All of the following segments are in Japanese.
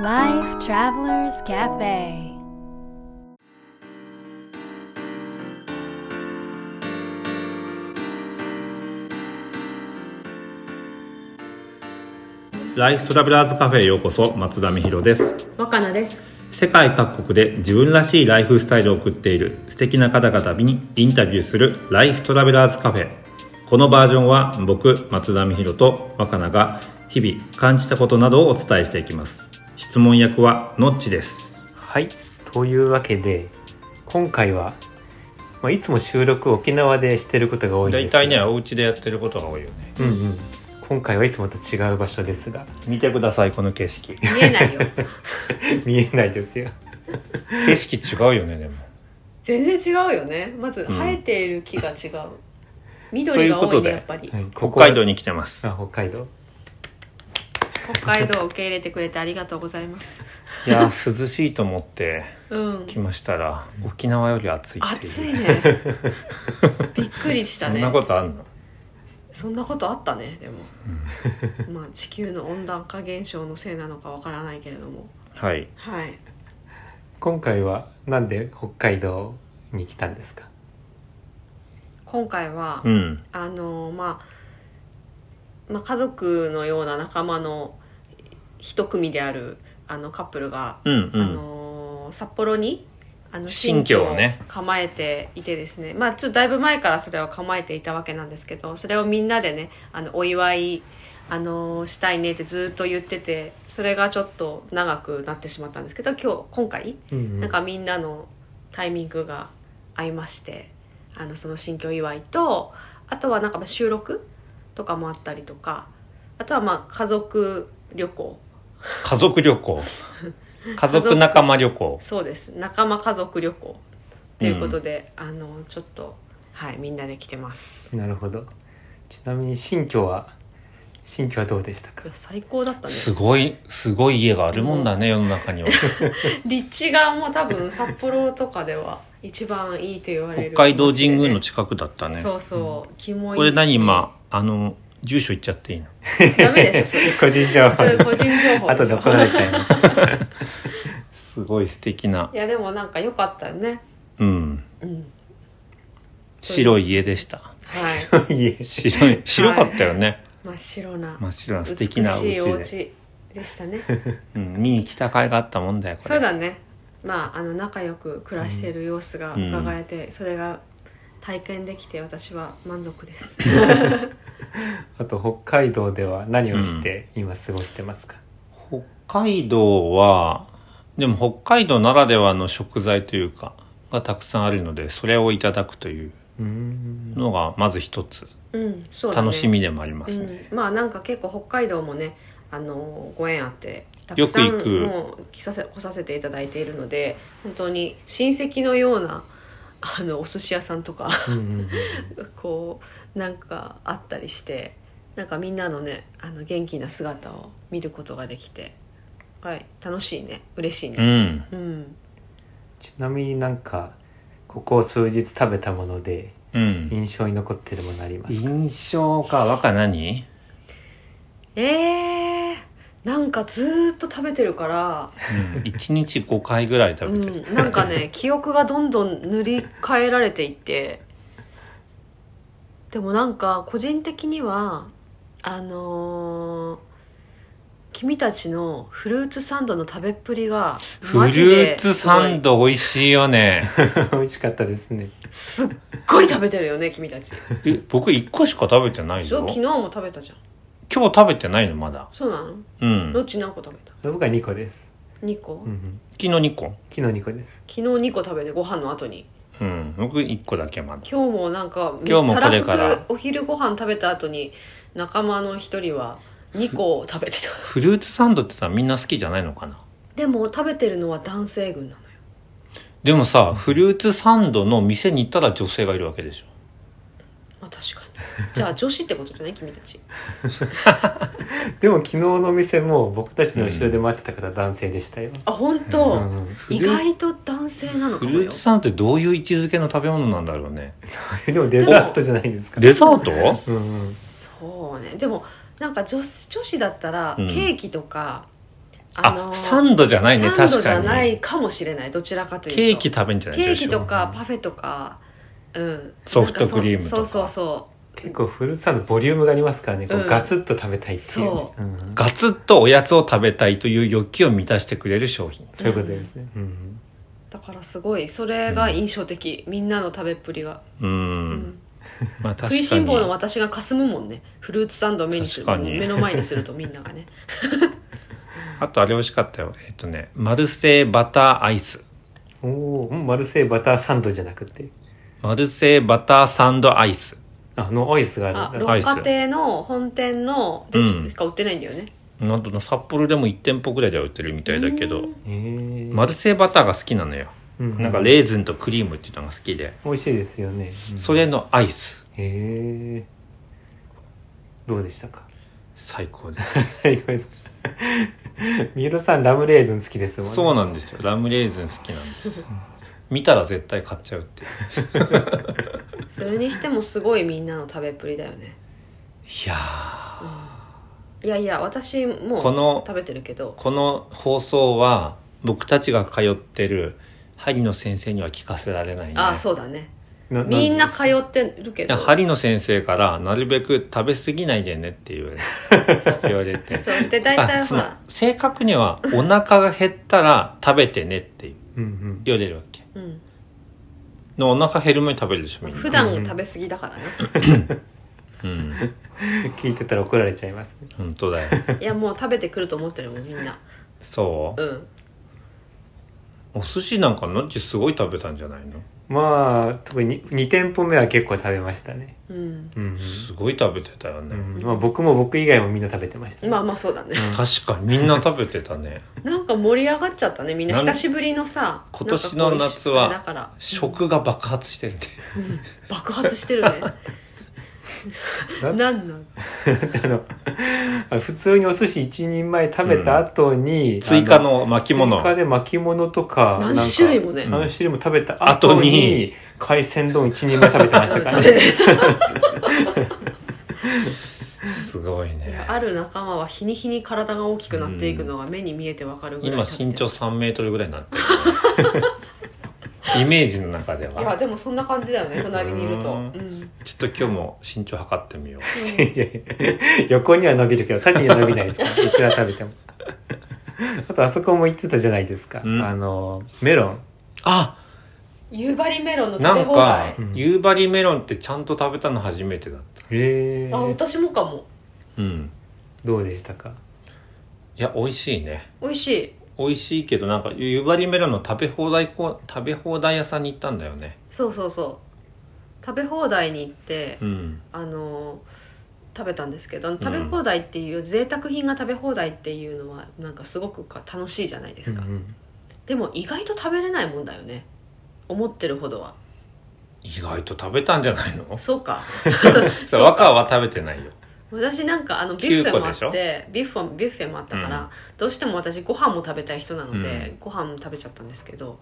Life Travelers Cafe ライフトラベラーズカフェへようこそ松田美弘です若菜です世界各国で自分らしいライフスタイルを送っている素敵な方々にインタビューするライフトラベラーズカフェこのバージョンは僕松田美弘と若菜が日々感じたことなどをお伝えしていきます質問役はのっちですはい、というわけで今回は、まあ、いつも収録沖縄でしてることが多いんですが、お家でやってることが多いよねうんうん、今回はいつもと違う場所ですが 見てくださいこの景色見えないよ見えないですよ 景色違うよねでも 全然違うよねまずん生えている木が違う、緑が多というこいとでねやっぱりはいこ こ北海道に来てますあ北海道北海道を受け入れてくれてありがとうございますいやー涼しいと思ってうん来ましたら沖縄より暑いっていう暑いねびっくりしたそんねなことあんのそんなことあったねでも、まあ地球の温暖化現象のせいなのかわからないけれどもはいはい今回はなんで北海道に来たんですか今回は、うんあのまあ、まあ家族のような仲間の一組であるあのカップルがうんうあんのー札幌にあの新居をね新構えていてですねまあちょっとだいぶ前からそれを構えていたわけなんですけどそれをみんなでねあのお祝い、あのーしたいねってずっと言っててそれがちょっと長くなってしまったんですけど今日今回うんうんなんかみんなのタイミングが合いましてあのその新居祝いとあとはなんかまあ収録とかもあったりとかあとはまあ家族旅行家族旅 行家族仲間旅行そうです仲間家族旅行ということで、あのちょっとはいみんなで来てますなるほどちなみに新居は新居はどうでしたか 最高だったねすごいすごい家があるもんだね世の中には立地がもう多分札幌とかでは一番いいと言われ北る海道神宮の近くだったねそうそう気もいいしこれ何今あの住所言っちゃっていいのダメでしょそ れ個人情そ報れ個人情報あでとしでょ怒られちゃいますすごい素敵ないやでもなんか良かったよねうんうん白い家でしたはい いえ白い白かったよね、真っ白な真っ白な素敵美なおしいお家で、家でしたねうん、見に来た甲斐があったもんだよこれそうだねまああの仲良く暮らしている様子が伺えて、それが体験できて私は満足です あと北海道では何をして今過ごしてますか、北海道はでも北海道ならではの食材というかがたくさんあるのでそれをいただくといううーんのがまず一つうんそうだね楽しみでもありますねうん、まあなんか結構北海道もねあのご縁あってたよくくさん行くもう来させ来させていただいているので本当に親戚のようなあのお寿司屋さんとか うんうんうんこうなんかあったりしてなんかみんなのねあの元気な姿を見ることができて、はい、楽しいね嬉しいうん、ね、うん、ちなみになんかここ数日食べたものでうん印象に残ってるものありますか、印象か若何えー、なんかずーっと食べてるから、 1日5回ぐらい食べてる、うん、なんかね記憶がどんどん塗り替えられていってでもなんか個人的にはあのー君たちのフルーツサンドの食べっぷりがフルーツサンド美味しいよね美味しかったですねすっごい食べてるよね君たちえ僕1個しか食べてないそうよ昨日今日も食べたじゃん食べてないのまだそうなのうんど昨っち何個食べた僕は2個です、 2個、うんうん、日2個昨日2個です昨日2個食べてご飯の後にうん僕1個だけまだ今日もなんか今日もこれからたふくお昼ご飯食べた後に仲間の一人は2個食 べてたフルーツサンドってさみんな好きじゃないのかなでも食べてるのは男性軍なのよでもさ、フルーツサンドの店に行ったら女性がいるわけでしょ。まあ確かに じゃあ女子ってことじゃない君たちでも昨日のお店も僕たちの後ろで待ってた方男性でしたよ、あ本う当、んうん、意外と男性なのフかもルーよツサンドってどういう位置づけの食べ物なんだろうね。でもデザートじゃないですかデザート うんうんそうねでもなんか女子女子だったらケうんーキとか、ああのサンドじゃないねサンド確じゃかにないかもしれないどちらかというとケーキ食べんじゃないケー女キ子はとかパフェとか、うん、ソフトクリームとかなんそそうそ結構フルーツサンドボリュームがありますからね、こううんガツッと食べたいっていうね、そうんガツッとおやつを食べたいという欲求を満たしてくれる商品そういうことですね、うんうだからすごいそれが印象的、みんなの食べっぷりが、うーうんんまあ確か食にいしん坊の私がかすむもんねフルーツサンドを目にする確かに目の前にするとみんなが ねあとあれ美味しかったよえっとねマルセイバターアイスおおーうんマルセイバターサンドじゃなくてマルセイバターサンドアイスああのアイスがあある六んだロアイス花亭の本店のでうんしか売ってないんだよね、なんと札幌でも1店舗ぐらいでは売ってるみたいだけどへーマルセイバターが好きなのようなんかレーズンとクリームっていうのが好きで美味しいですよね、うんそれのアイスへえどうでしたか 最高です 三浦さんラムレーズン好きですもんねそうなんですよラムレーズン好きなんです見たら絶対買っちゃうっていうそれにしてもすごいみんなの食べっぷりだよねいやーいやいや私もこのう食べてるけどこの放送は僕たちが通ってる針の先生には聞かせられないねあそうだねなみんなで通ってるけいやど針の先生からなるべく食べ過ぎないでねって 言われ言われてそうで大体あほそのら正確にはお腹が減ったら食べてねってうん言われるわけうんのお腹減る前に食べるでしょみんな普段食べ過ぎだからねうんうん、聞いてたら怒られちゃいますね本当だよいやもう食べてくると思ってるもんみんなそうんうお寿司なんかのっちすごい食べたんじゃないのまあ特に2店舗目は結構食べましたねうんうんすごい食べてたようね、ん、うんまあ、僕も僕以外もみんな食べてました、まあまあそうだね確かにみんな食べてたねなんか盛り上がっちゃったねみんななん久しぶりのさ今年の夏はなんかこう一緒あれだから食が爆発してるねうん爆発してるねななんなんあのあ普通にお寿司一人前食べた後に、 追加あの巻物追加で巻物とか何種類もねなんか何種類も食べた後後にに海鮮丼一人前食べてましたから食べねてすごいねある仲間は日に日に体が大きくなっていくのが目に見えてわかるぐらい今身長3メートルぐらいになって るイメージの中でいやはでもそんな感じだよ ね隣にいるとううんんちょっと今日も身長測ってみよういやいや 横には伸びるけど縦には伸びないですからいくら食べてもあとあそこも言ってたじゃないですか、うんあのメロンあ夕張メロンの食なべん放か題うん夕張メロンってちゃんと食べたの初めてだったへえあ私もかもうんどうでしたかいや美味しいね美味しい美味しいけどなんか夕張メロンの食べ放題こ食べ放題屋さんに行ったんだよねそうそうそう食べ放題に行ってうんあのー食べたんですけどあの食べ放題っていう、贅沢品が食べ放題っていうのはなんかすごくか楽しいじゃないですか、うんうんでも意外と食べれないもんだよね思ってるほどは意外と食べたんじゃ ないのそうかそう若は食べてないよ私なんかあのビュッフェもあ9個っでてビュッフェもビュッフェもあったから、うんどうしても私ご飯も食べたい人なので、うご飯も食べちゃったんですけど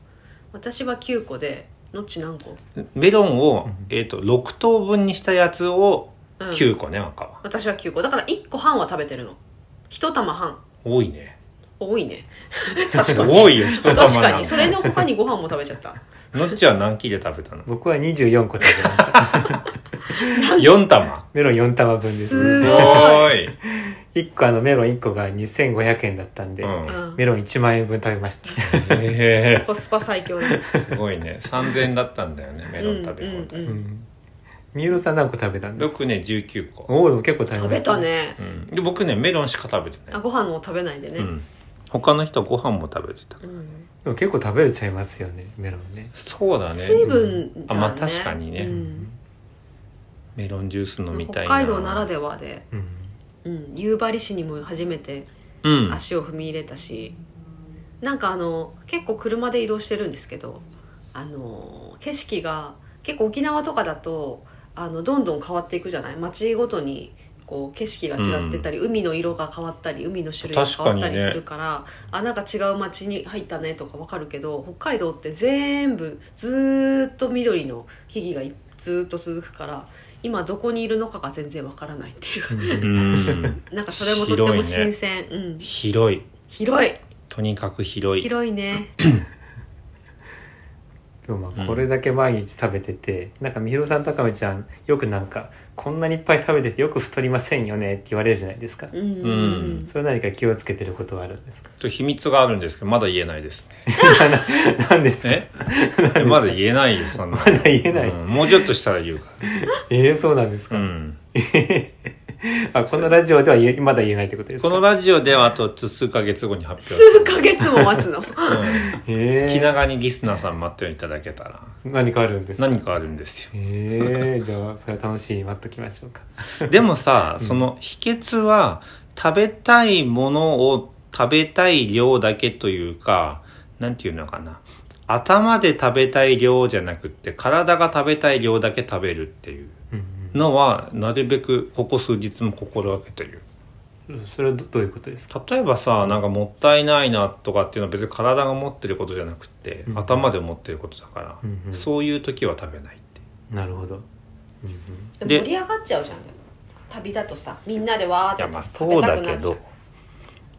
私は9個でのっち何個、メロンをん、えっと6等分にしたやつをうん、 9個ね赤は私は9個だから1個半は食べてるの1玉半多いね多いね確かに多いよ一玉なん 確かにそれの他にご飯も食べちゃったのっちは何切れ食べ たの僕は24個食べました4玉メロン4玉分ですすすごいごい、 1個あのメロン1個が2500円だったんで、うんうんメロン1万円分食べましたへコスパ最強だえすごいね3000円だったんだよねメロン食べ放題、うんうんううんん三浦さん何個食べたんですか僕ね19個、おお結構食べま食したべたねうん、で僕ねメロンしか食べてなあい、ご飯も食べないでうねん、他の人はご飯も食べてたうんでも結構食べれちゃいますよねメロンねそうだね水分だあねまあ確かにねうんメロンジュース飲みた北いな海道ならではでうんうん夕張市にも初めてうん足を踏み入れたしなんかあの結構車で移動してるんですけどあの景色が結構沖縄とかだとあのどんどん変わっていくじゃない街ごとにこう景色が違ってたり、海の色が変わったり海の種類が変わったりするからあなんか違う街に入ったねとかわかるけど北海道って全部ずーっと緑の木々がずーっと続くから今どこにいるのかが全然わか らないっていうううんんなんかそれもとっても新鮮、うん、広い広いとにかく広い広いねでもまあこれだけ毎日食べてて、なんかみひろさんとかみちゃんよくなんかこんなにいっぱい食べててよく太りませんよねって言われるじゃないですか、うんうんうんそれ何か気をつけてることはあるんですか ちょっと秘密があるんですけどまだ言えないですね何ですか えまだ言えないですそんなまだ言えないもうちょっとしたら言うかえー、そうなんですか、ら、うん、あこのラジオでは言えまだ言えないってことですかこのラジオではあと数ヶ月後に発表数ヶ月も待つ のうんえー気長にリスナーさん待っていただけたら何かあるんですか何かあるんですよえー、じゃあそれは楽しい待っときましょうかでもさ、その秘訣は食べたいものを食べたい量だけというか、なんていうのかな。頭で食べたい量じゃなくって、体が食べたい量だけ食べるっていううんのは、なるべくここ数日も心がけてる。うんそれはどどういうことですか例えばさ、なんかもったいないなとかっていうのは別に体が持ってることじゃなくって、うん頭で持ってることだから、うんうんそういう時は食べないって。なるほど、うんうんででも盛り上がっちゃうじゃんでも旅だとさみんなでわいやーっまあてそ食べうただくなけっちゃどう、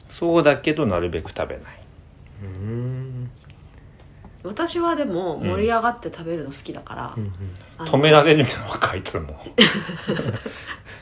そうだけどなるべく食べない。うーん私はでも盛り上がって食べるの好きだから、うんうんあの止められるのかいつも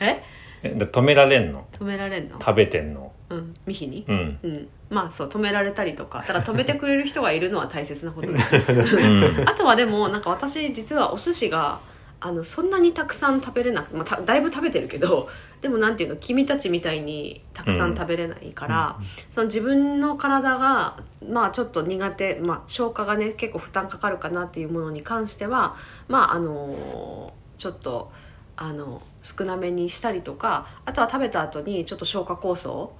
ええだ止められんの止められんの食べてんのうんミヒにうん、うんまあそう止められたりとかだから止めてくれる人がいるのは大切なことだよ うん、 あとはでもなんか私実はお寿司があのそんなにたくさん食べれなく、まあ、ただいぶ食べてるけど でもなんていうの君たちみたいにたくさん食べれないから、その自分の体がまあちょっと苦手、まあ、消化がね結構負担かかるかなっていうものに関してはまああのちょっとあの少なめにしたりとかあとは食べた後にちょっと消化酵素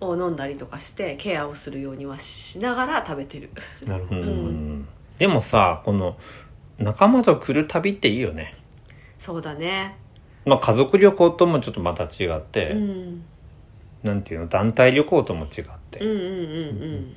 を飲んだりとかしてケアをするようにはしながら食べてる。なるほうど、ん、でもさこの仲間と来る旅っていいよねそうだねまあ家族旅行ともちょっとまた違って、うんなんていうの団体旅行とも違って、うんうんうん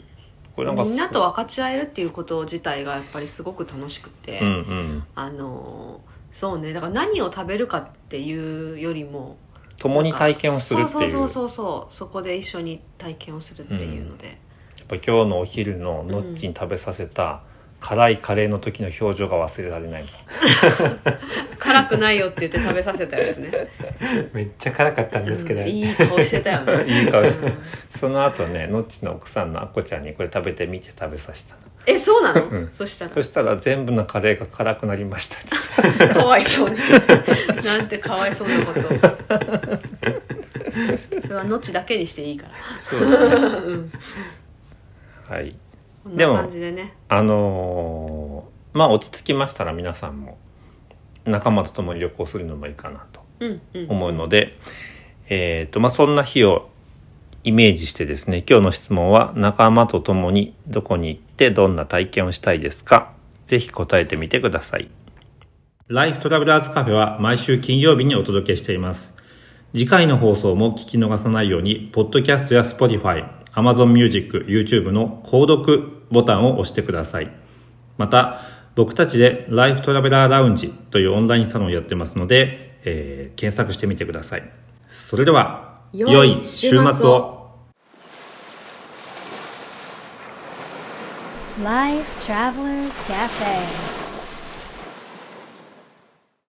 これうんかみんなと分かち合えるっていうこと自体がやっぱりすごく楽しくて、うんうんあのーそうねだから何を食べるかっていうよりも共に体験をするっていうそうそやうそうそうそこで一緒に体験をするっていうので、っぱ今日のお昼ののっちに食べさせた辛いカレーの時の表情が忘れられないもん辛くないよって言って食べさせたやつね めっちゃ辛かったんですけど、うんいい顔してたよね いい顔ししててその後ねのっちの奥さんのあっこちゃんにこれ食べてみて食べさせたのえそうなの、うんそしたそらしたら全部のカレーが辛くなりましたってかわいそうね なんてかわいそうな ことそれはのちだけにしていいからはいこんでなも感じでねあのーまあ落ち着きましたら皆さんも仲間と共に旅行するのもいいかなとうんうん思うので、えっ、とまあそんな日をイメージしてですね今日の質問は仲間と共にどこに行ってどんな体験をしたいですかぜひ答えてみてくださいライフトラベラーズカフェは毎週金曜日にお届けしています。次回の放送も聞き逃さないように、ポッドキャストや Spotify、Amazon Music、YouTube の購読ボタンを押してください。また、僕たちでライフトラベラーラウンジというオンラインサロンをやってますので、えー検索してみてください。それでは、良良いい週週末末をを。 Life Travelers Cafe.